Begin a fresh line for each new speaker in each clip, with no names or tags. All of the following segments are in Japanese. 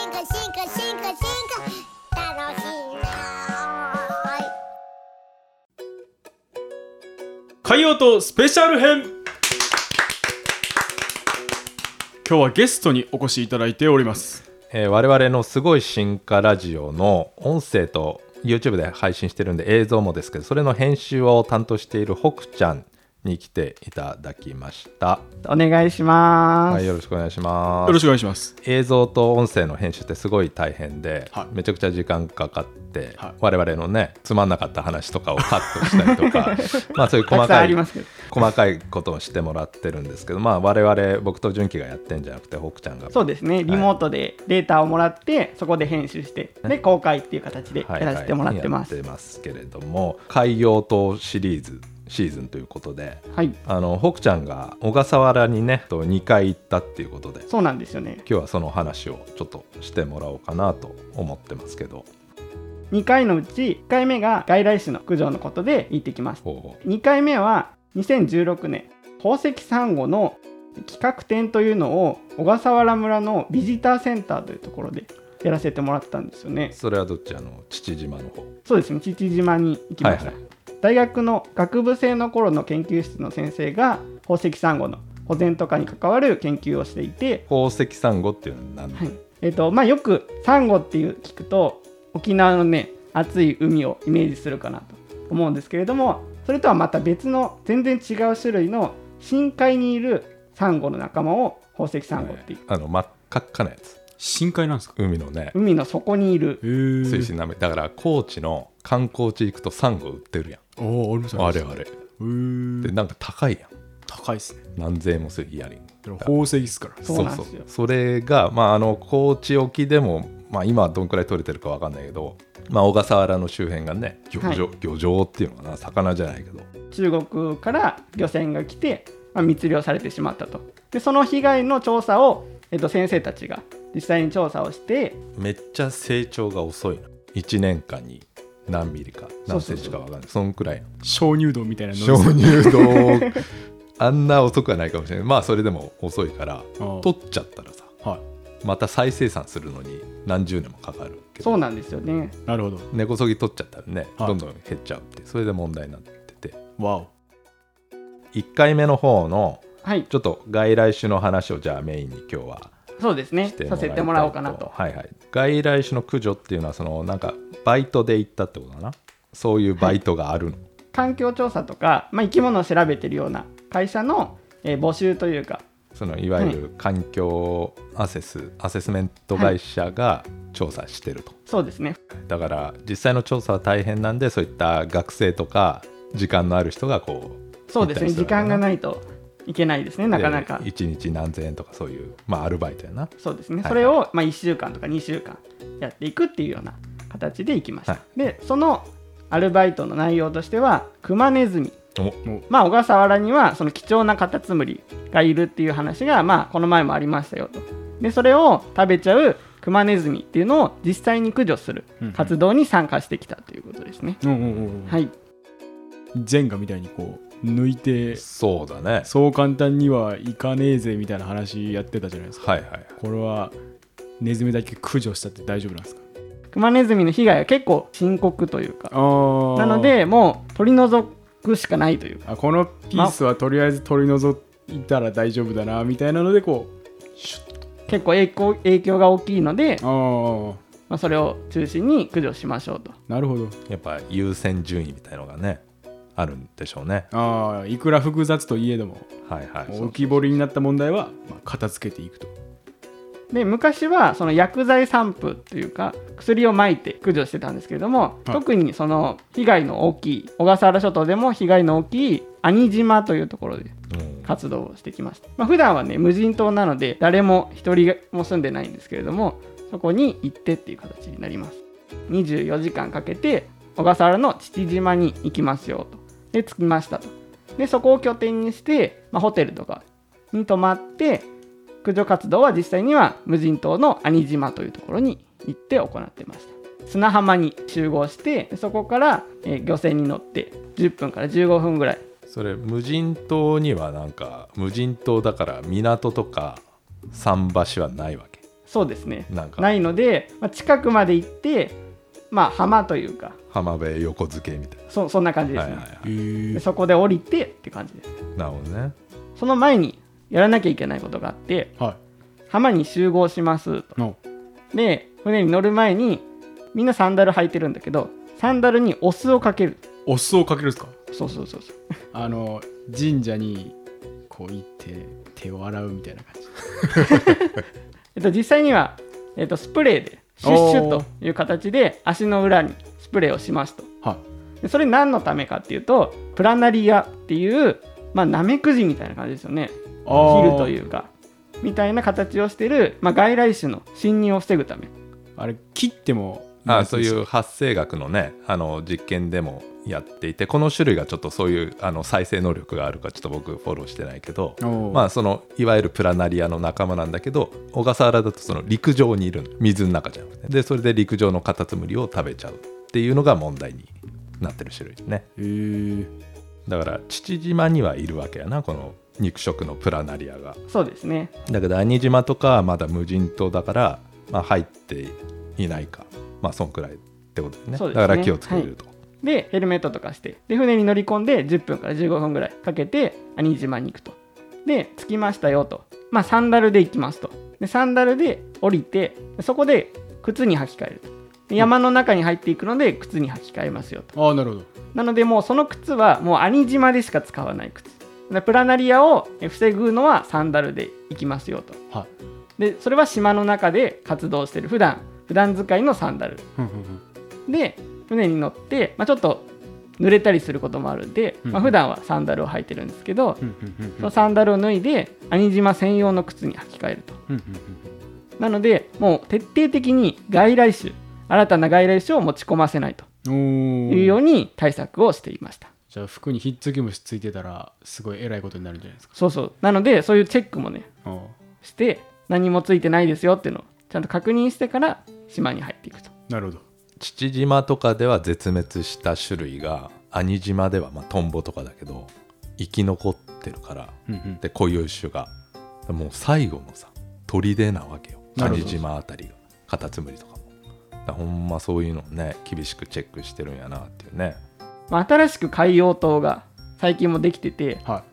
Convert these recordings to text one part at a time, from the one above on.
化進化進化楽しいなーい
海洋とスペシャル編今日はゲストにお越しいただいております
えー我々のすごい進化ラジオの音声と YouTube で配信してるんで映像もですけどそれの編集を担当している北ちゃんに来ていただきました、
お願いしま
は
す。
い、よろしくお願いしま
よろし
す
くお願いします
映像と音声の編集ってすごい大変で、
はい
めちゃくちゃ時間かかって、
はい
我々のねつまんなかった話とかをカットしたりとかまあそういう細
たくさん
か
あ
い
りますけど。
細かいことをしてもらってるんですけどまあ我々僕と純喜がやってんじゃなくて北ちゃんが
そうですね、リモートでデータをもらって、そこで編集して、で、公開っていう形でや
はい
らせてもらってます。
や
は
ってますけれども海洋島シリーズシーズンということで
い、
あの北ちゃんが小笠原にねと2回行ったっていうことで今
そうなんですよね。
日はその話をちょっとしてもらおうかなと思ってますけど
2回のうち、1回目が外来種の駆除のことで行ってきました。
ほう
2回目は2016年、宝石サンゴの企画展というのを小笠原村のビジターセンターというところでやらせてもらったんですよね。
それはどっちあの父島の方
そうですね父島に行きました、
はいは
大学の学部生の頃の研究室の先生が宝石サンゴの保全とかに関わる研究をしていて、
宝石サンゴっていうのは何、
はいえーとまあ、よくサンゴっていう聞くと沖縄のね熱い海をイメージするかなと思うんですけれどもそれとはまた別の全然違う種類の深海にいるサンゴの仲間を宝石サンゴっていう、
あの真っ赤っかなやつ
深海なんですか
海のね
海の底にいる
へ
水
ー
深なめだから高知の観光地行くとサンゴ売ってるやん
おーあります
あれ
りま
あれ
すへー
でなんか高いやん
高いですね
何千円もするイヤリング
でも宝石ですから
そうなんですよ
それが、まあ、あの高知沖でも、まあ、今はどんくらい取れてるかわかんないけど、まあ、小笠原の周辺がね漁場,、
はい
漁場っていうのかな魚じゃないけど
中国から漁船が来て、まあ、密漁されてしまったとでその被害の調査を、えっと、先生たちが実際に調査をして
めっちゃ成長が遅いの1年間に何ミリか何センチかわかんないそんくらいの
鍾乳洞みたいなの
鍾乳洞あんな遅くはないかもしれないまあそれでも遅いから
ああ
取っちゃったらさ
は
また再生産するのに何十年もかかるけど
そうなんですよね
いなるほど
根こそぎ取っちゃったらね
はい
どんどん減っちゃうってそれで問題になってて
わお
1回目の方の
はい
ちょっと外来種の話をじゃあメインに今日は
そうですね
しても
さ
らいたい
せてもらおうかなと
はいはい、外来種の駆除っていうのはそのなんかバイトで行ったってことかなそういうバイトがあるの、
環境調査とか、まあ、生き物を調べてるような会社の、えー募集というか
そのいわゆる環境アセス、アセスメント会社が調査してると、
そうですね
だから実際の調査は大変なんでそういった学生とか時間のある人がこう
そうですね時間が
い
ないといけないですねなかなか
1日何千円とかそういうまあアルバイトやな
そうですね、
はいはい
それを、まあ、1週間とか2週間やっていくっていうような形でいきました、
は
でそのアルバイトの内容としてはクマネズミ
お
まあ、小笠原にはその貴重なカタツムリがいるっていう話が、まあ、この前もありましたよとでそれを食べちゃうクマネズミっていうのを実際に駆除する
うんうん
活動に参加してきたということですね、
うんうんうんうん
はい
ジェンガみたいにこう抜いて
そうだね
そう簡単にはいかねえぜみたいな話やってたじゃないですか
はいはい
これはネズミだけ駆除したって大丈夫なんですか
クマネズミの被害は結構深刻というか
あー
なのでもう取り除くしかないというか
あこのピースはとりあえず取り除いたら大丈夫だなみたいなのでこう
結構影響影響が大きいので、
ああ
まあ、それを中心に駆除しましょうと
なるほど
やっぱ優先順位みたいのがねあるんでしょうね
ああいくら複雑といえども
はいはい
浮き彫りになった問題は、まあ、片付けていくと
で昔はその薬剤散布っていうか薬をまいて駆除してたんですけれども、
はい
特にその被害の大きい小笠原諸島でも被害の大きい兄島というところで
うん
活動をしてきました、まあ普段はね無人島なので誰も一人も住んでないんですけれどもそこに行ってっていう形になります24時間かけて小笠原の父島に行きますよとで着きましたとでそこを拠点にして、まあ、ホテルとかに泊まって駆除活動は実際には無人島の兄島というところに行って行ってました砂浜に集合してそこから、えー漁船に乗って10分から15分ぐらい
それ無人島にはなんか無人島だから港とか桟橋はないわけ
そうですね
なんか
ないので、まあ、近くまで行ってまあ浜というか
浜辺横付けみたい
そそんな感じで
な、
す
はい
ね、
はいは
えー
でそこで降りてって感じです
い、なるほどね
その前にやらなきゃいけないことがあって
は
浜に集合しますと
いの
で船に乗る前にみんなサンダル履いてるんだけどサンダルにお酢をかける
お酢をかけるんですか
そうそうそうそう
あの神社にこう行って手を洗うみたいな感じ
えっと、実際には、えっと、スプレーでシュッシュという形で足の裏にスプレーをしますと
は
でそれ何のためかっていうとプラナリアっていうまあナメクジみたいな感じですよね
い
切るといううかみたいな形をしてる、まあ、外来種の侵入を防ぐため
あれ切っても
あそういうう発生学のねあの実験でもやっていてこの種類がちょっとそういうあの再生能力があるかちょっと僕フォローしてないけどま
ま
あそのいわゆるプラナリアの仲間なんだけど小笠原だとその陸上にいるの水の中じゃなくてでそれで陸上のカタツムリを食べちゃうっていうのが問題になってる種類ですね
えー
だから父島にはいるわけやなこの肉食のプラナリアが
そうですね
だけど兄島とかはまだ無人島だから、まあ、入っていないかまあそんくらいってことですね
そうですね
だから気をつけると、
でヘルメットとかしてで船に乗り込んで10分から15分ぐらいかけて兄島に行くとで着きましたよとまあサンダルで行きますとでサンダルで降りてそこで靴に履き替えるとで山の中に入っていくので靴に履き替えますよと
ああなるほど
なのでもうその靴はもう兄島でしか使わない靴でプラナリアを防ぐのはサンダルで行きますよと
はい
でそれは島の中で活動してる普段普段使いのサンダル
ふんふんふん
で船に乗って、まあ、ちょっと濡れたりすることもあるんで、
うん
まあ普段はサンダルを履いてるんですけど、
ふんふんふん
そのサンダルを脱いで兄島専用の靴に履き替えると
ふんふんふん
なのでもう徹底的に外来種新たな外来種を持ち込ませないと
お
いうよ
ー
うに対策をしていました、
じゃあ服にひっつき虫ついてたらすごいえらいことになるんじゃないですか
そうそうなのでそういうチェックもね
あー
して何もついてないですよっていうのをちゃんと確認してから島に入っていくと
なるほど
父島とかでは絶滅した種類が兄島ではまあトンボとかだけど生き残ってるから
うんうん
で固有種がもう最後のさ砦なわけよ
なるほど
兄島あたりがカタツムリとかもだからほんまそういうのをね厳しくチェックしてるんやなっていうね
まあ新しく海洋島が最近もできてて
は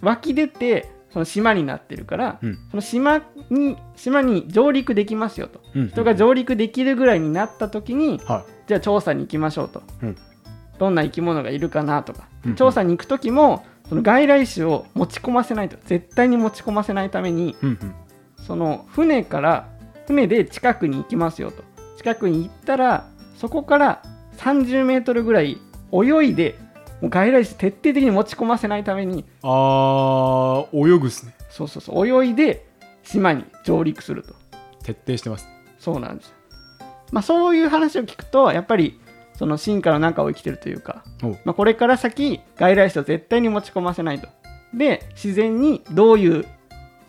湧き出てその島になってるから、
うん
その島に島に上陸できますよと
い
人が上陸できるぐらいになった時に
は
じゃあ調査に行きましょうと、
うん
どんな生き物がいるかなとか、
うん
調査に行く時もその外来種を持ち込ませないと絶対に持ち込ませないために
いうんうん
その船から船で近くに行きますよと近くに行ったらそこから30メートルぐらい泳いでもう外来種徹底的に持ち込ませないために
あー泳ぐっすね
そうそうそう泳いで島に上陸すると
徹底してます
そうなんですよまあそういう話を聞くとやっぱりその進化の中を生きてるというか、
おう
まあ、これから先外来種を絶対に持ち込ませないとで自然にどういう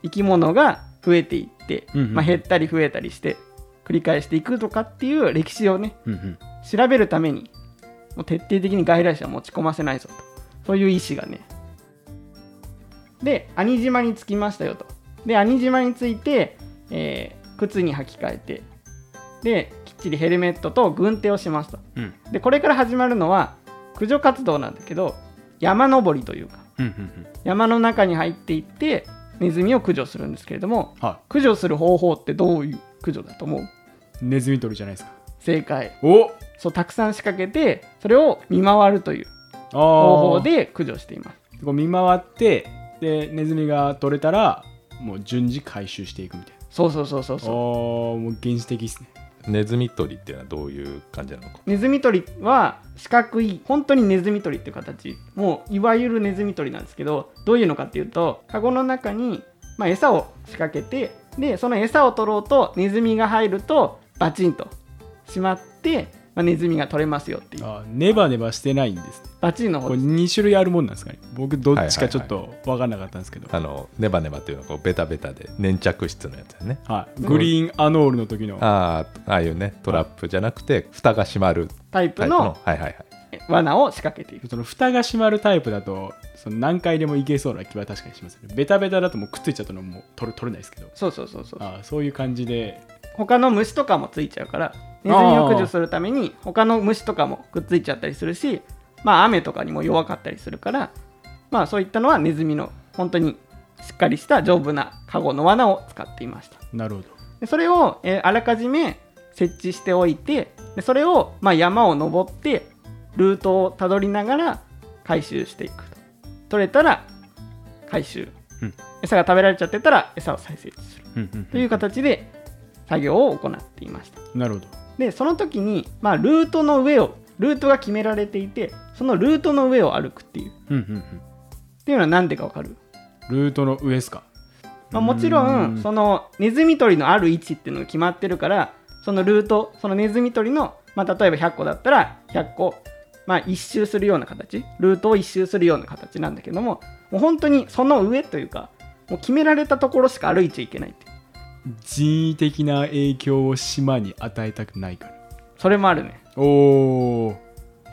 生き物が増えていって、
うんうん
まあ、減ったり増えたりして繰り返していくとかっていう歴史をね
うんうん
調べるためにもう徹底的に外来種は持ち込ませないぞとそういう意思がねで兄島に着きましたよとで兄島に着いて、えー靴に履き替えてできっちりヘルメットと軍手をしますと
うん
でこれから始まるのは駆除活動なんだけど山登りというか
うんうんうん
山の中に入っていってネズミを駆除するんですけれども
は
駆除する方法ってどういう駆除だと思う
いネズミ捕りじゃないですか
正解
おあ
そうたくさん仕掛けてそれを見回るという
あ
方法で駆除しています
こう見回ってでネズミが取れたらもう順次回収していくみたいな
そうそうそうそう
あ
そ
ーもう原始的ですね
ネズミ捕りっていうのはどういう感じなのか
うネズミ捕りは四角い本当にネズミ捕りっていう形もういわゆるネズミ捕りなんですけどどういうのかっていうとカゴの中に、まあ、餌を仕掛けてでその餌を取ろうとネズミが入るとバチンとしまって、まあ、ネズミが取れますよっていう
あーネバネバしてないんですね
バチンの
こ
方
れ
です
2種類あるもんなんですかね僕どっちかちょっと分かんなかったんですけど、はい
あのネバネバっていうのはこうベタベタで粘着質のやつだよね
グリーンアノールの時の
ああああいうねトラップじゃなくて蓋が閉まる
タイ
タ
プ
イプの
の
はいはいはい
罠を仕掛けていく
その蓋が閉まるタイプだとその何回でもいけそうな気は確かにしますねベタベタだともうくっついちゃったのもう取る取れないですけど
そうそうそうそう
あーそういう感じで
他の虫とかもついちゃうからネズミを駆除するために他の虫とかもくっついちゃったりするしまあ雨とかにも弱かったりするからまあそういったのはネズミの本当にしっかりした丈夫なカゴの罠を使っていました
なるほど
でそれを、えーあらかじめ設置しておいてでそれを、まあ、山を登ってルートをたどりながら回収していくと取れたら回収、
うん
餌が食べられちゃってたら餌を再生する
うんうん
という形で作業を行っていました
なるほど
でその時に、まあ、ルートの上をルートが決められていてそのルートの上を歩くっていうっ
うんうんうん
ていうのは何でかわかる、
ルートの上ですか
まあ、もちろ
うんん
そのネズミ捕りのある位置っていうのが決まってるからそのルートそのネズミ捕りの、まあ、例えば100個だったら100個、まあ、一周するような形ルートを一周するような形なんだけどももう本当にその上というかもう決められたところしか歩いちゃいけないっていう
人為的な影響を島に与えたくないから
それもあるね
おー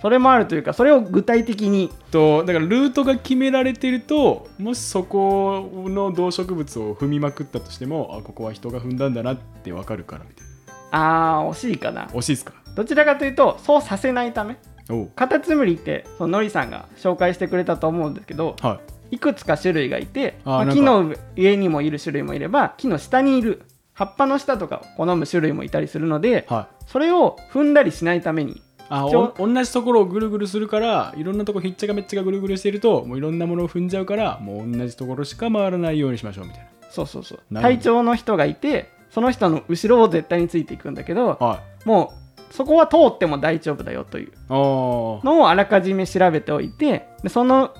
それもあるというかそれを具体的に
とだからルートが決められてるともしそこの動植物を踏みまくったとしてもあここは人が踏んだんだなって分かるからみたいな
あー惜しいかな
惜しいですか
どちらかというとそうさせないため
おう
カタツムリってそののりさんが紹介してくれたと思うんですけど
はい
くつか種類がいて
あー
ま
な
あ、
んか
木の上にもいる種類もいれば木の下にいる葉っぱの下とかを好む種類もいたりするので
いはい
それを踏んだりしないために
あ
ちょ
お同じところをぐるぐるするからいろんなとこひっちゃかめっちゃかぐるぐるしてるともういろんなものを踏んじゃうからもう同じところしか回らないようにしましょうみたいな
そうそうそう
なるほど
隊長の人がいてその人の後ろを絶対についていくんだけど
はい
もうそこは通っても大丈夫だよという
あー
のをあらかじめ調べておいてでその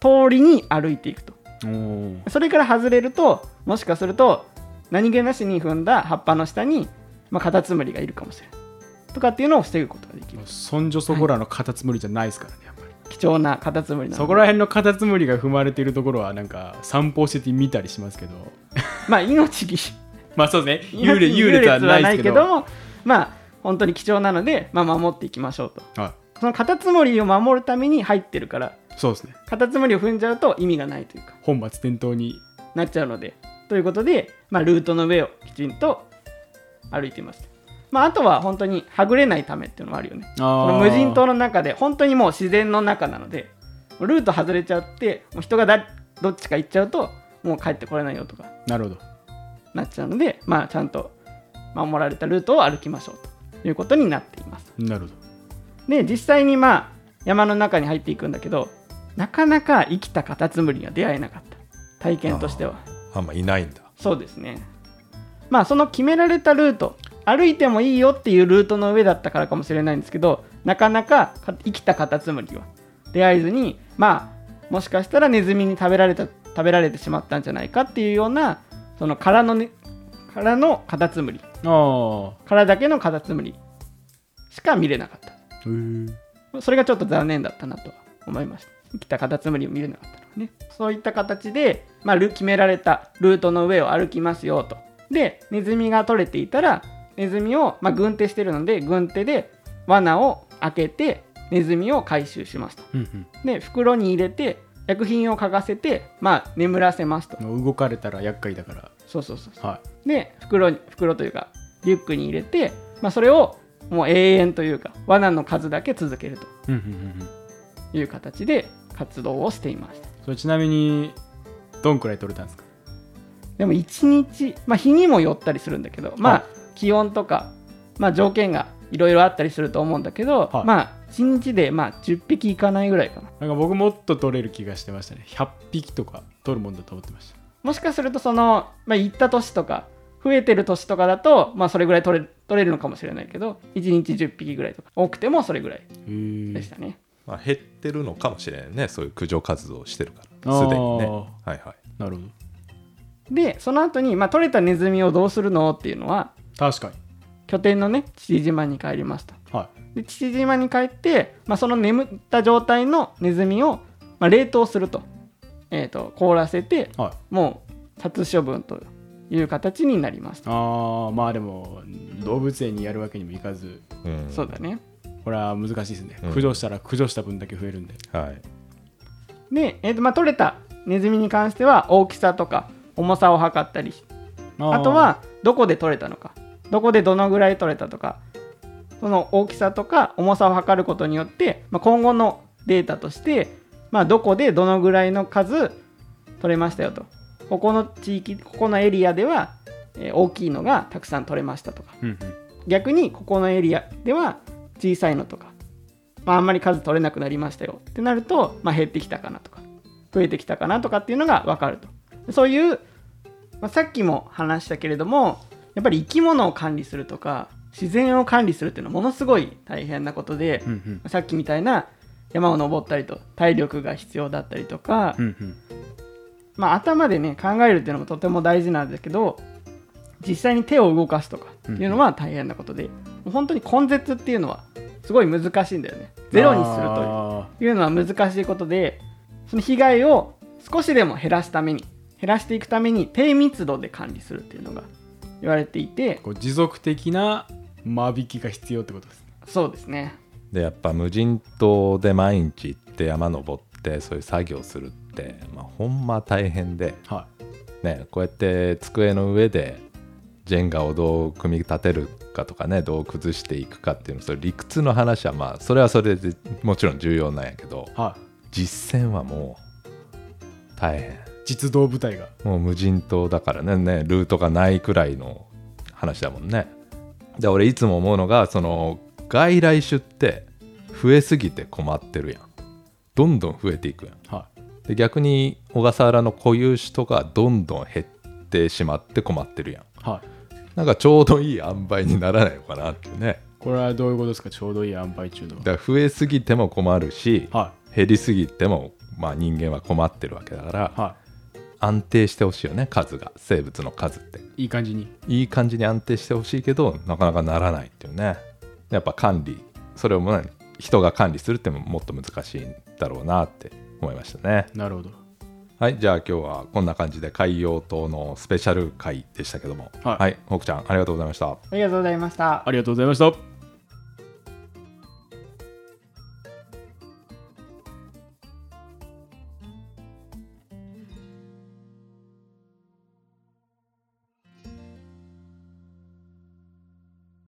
通りに歩いていくと。
おー
それから外れるともしかすると何気なしに踏んだ葉っぱの下に、まあ、カタツムリがいるかもしれないとかっていうのを防ぐことができる
そんじょそこらのカタツムリじゃないですからねやっぱり
貴重なカタツムリなので
そこら辺のカタツムリが踏まれているところはなんか散歩してて見たりしますけど
まあ命 に
まあそうですね幽
命
霊
に
幽霊とはないですけど
もまあ本当に貴重なので、まあ、守っていきましょうと
は
そのカタツムリを守るために入ってるから
いそうですね
カタツムリを踏んじゃうと意味がないというか
本末転倒に
なっちゃうのでということで、まあ、ルートの上をきちんと歩いていますまあ、あとは本当にはぐれないためっていうのもあるよね
こ
この無人島の中で本当にもう自然の中なのでルート外れちゃってもう人がだどっちか行っちゃうともう帰ってこれないよとか
なるほど
なっちゃうので、まあ、ちゃんと守られたルートを歩きましょうということになっています
なるほ
で実際にまあ山の中に入っていくんだけどなかなか生きたカタツムリには出会えなかった体験としては
あんまいないんだ
そうですねまあその決められたルート歩いてもいいよっていうルートの上だったからかもしれないんですけどなかなかか生きたカタツムリは出会えずにまあもしかしたらネズミに食べられた食べられてしまったんじゃないかっていうようなその殻の,、ね、殻のカタツムリ
どあ
殻だけのカタツムリしか見れなかっ
あへー
たそれがちょっと残念だったなと思いました生きたカタツムリを見れなかったのはねそういった形で、まあ、ル決められたルートの上を歩きますよとでネズミが取れていたらネズミを、まあ、軍手してるので軍手で罠を開けてネズミを回収しますと
うん
で袋に入れて薬品を嗅がせて、まあ、眠らせますと
うん動かれたら厄介だから
そうそうそう
は
で袋に袋というかリュックに入れて、まあ、それをもう永遠というか罠の数だけ続けると
いうんうんうんうん
いう形で活動をしていました
それちなみにどんくらい取れたんですか
でも1日、まあ、日にもよったりするんだけどま
はい
あ気温とか、まあ、条件がいろいろあったりすると思うんだけど、
はい
まあ1日でまあ10匹いかないぐらいかな
なんか僕もっと取れる気がしてましたね100匹とか取るもんだと思ってまし
もしかするとその、まあ、行った年とか増えてる年とかだと、まあ、それぐらい取れ取れるのかもしれないけど1日10匹ぐらいとか多くてもそれぐらい
たへ
で
え
したね、
まあ、減ってるのかもしれないねそういう駆除活動をしてるから
あー
すでにねはいはい
なるほど
でその後にまあ、取れたネズミをどうするのっていうのは
確かに
拠点のね父島に帰りました
は
で父島に帰って、まあ、その眠った状態のネズミを、まあ、冷凍すると,、えー、と凍らせて
いはい
もう殺処分という形になりました
あーまあでも動物園にやるわけにもいかず
うん
そうだね
ここれは難しいですね
うん
駆除したら駆除した分だけ増えるんで、
はい
で、えーとまあ、取れたネズミに関しては大きさとか重さを測ったりし
ー
あとはどこで取れたのかどこでどのぐらい取れたとかその大きさとか重さを測ることによって、まあ、今後のデータとして、まあ、どこでどのぐらいの数取れましたよとここの地域ここのエリアでは、えー大きいのがたくさん取れましたとか
うんうん
逆にここのエリアでは小さいのとか、まあ、あんまり数取れなくなりましたよってなると、まあ、減ってきたかなとか増えてきたかなとかっていうのが分かるとそういう、まあ、さっきも話したけれどもやっぱり生き物を管理するとか自然を管理するっていうのはものすごい大変なことで、
うんうん
さっきみたいな山を登ったりと体力が必要だったりとか、
うんうん
まあ、頭でね考えるっていうのもとても大事なんだけど実際に手を動かすとかっていうのは大変なことで、もう本当に根絶っていうのはすごい難しいんだよねゼロにすると
あ
いういうのは難しいことでその被害を少しでも減らすために減らしていくために低密度で管理するっていうのが言われていて
ーこう持続的な間引きが必要ってことですね
そうですね
でやっぱ無人島で毎日行って山登ってそういう作業するって、まあ、ほんま大変で、
はい
ね、こうやって机の上でジェンガをどう組み立てるかとかねどう崩していくかっていうのそれ理屈の話はまあそれはそれでもちろん重要なんやけど
はい
実践はもう大変
実動部隊が
もう無人島だからねねルートがないくらいの話だもんねで俺いつも思うのがその外来種って増えすぎて困ってるやんどんどん増えていくやん
はい
で逆に小笠原の固有種とかどんどん減ってしまって困ってるやん
はい
なんかちょうどいい塩梅にならないのかなっていうね
これはどういうことですかちょうどいい塩梅中の
だから増えすぎても困るし
は
減りすぎてもまあ人間は困ってるわけだから
いは
安定してほしいよね数が生物の数って
いいい感じに
いい感じに安定してほしいけどなかなかならないっていうねやっぱ管理それをもうね人が管理するってのももっと難しいんだろうなって思いましたね
なるほど
はいじゃあ今日はこんな感じで海洋島のスペシャル回でしたけども
はい
はい、北ちゃんありがとうございました
ありがとうございました
ありがとうございました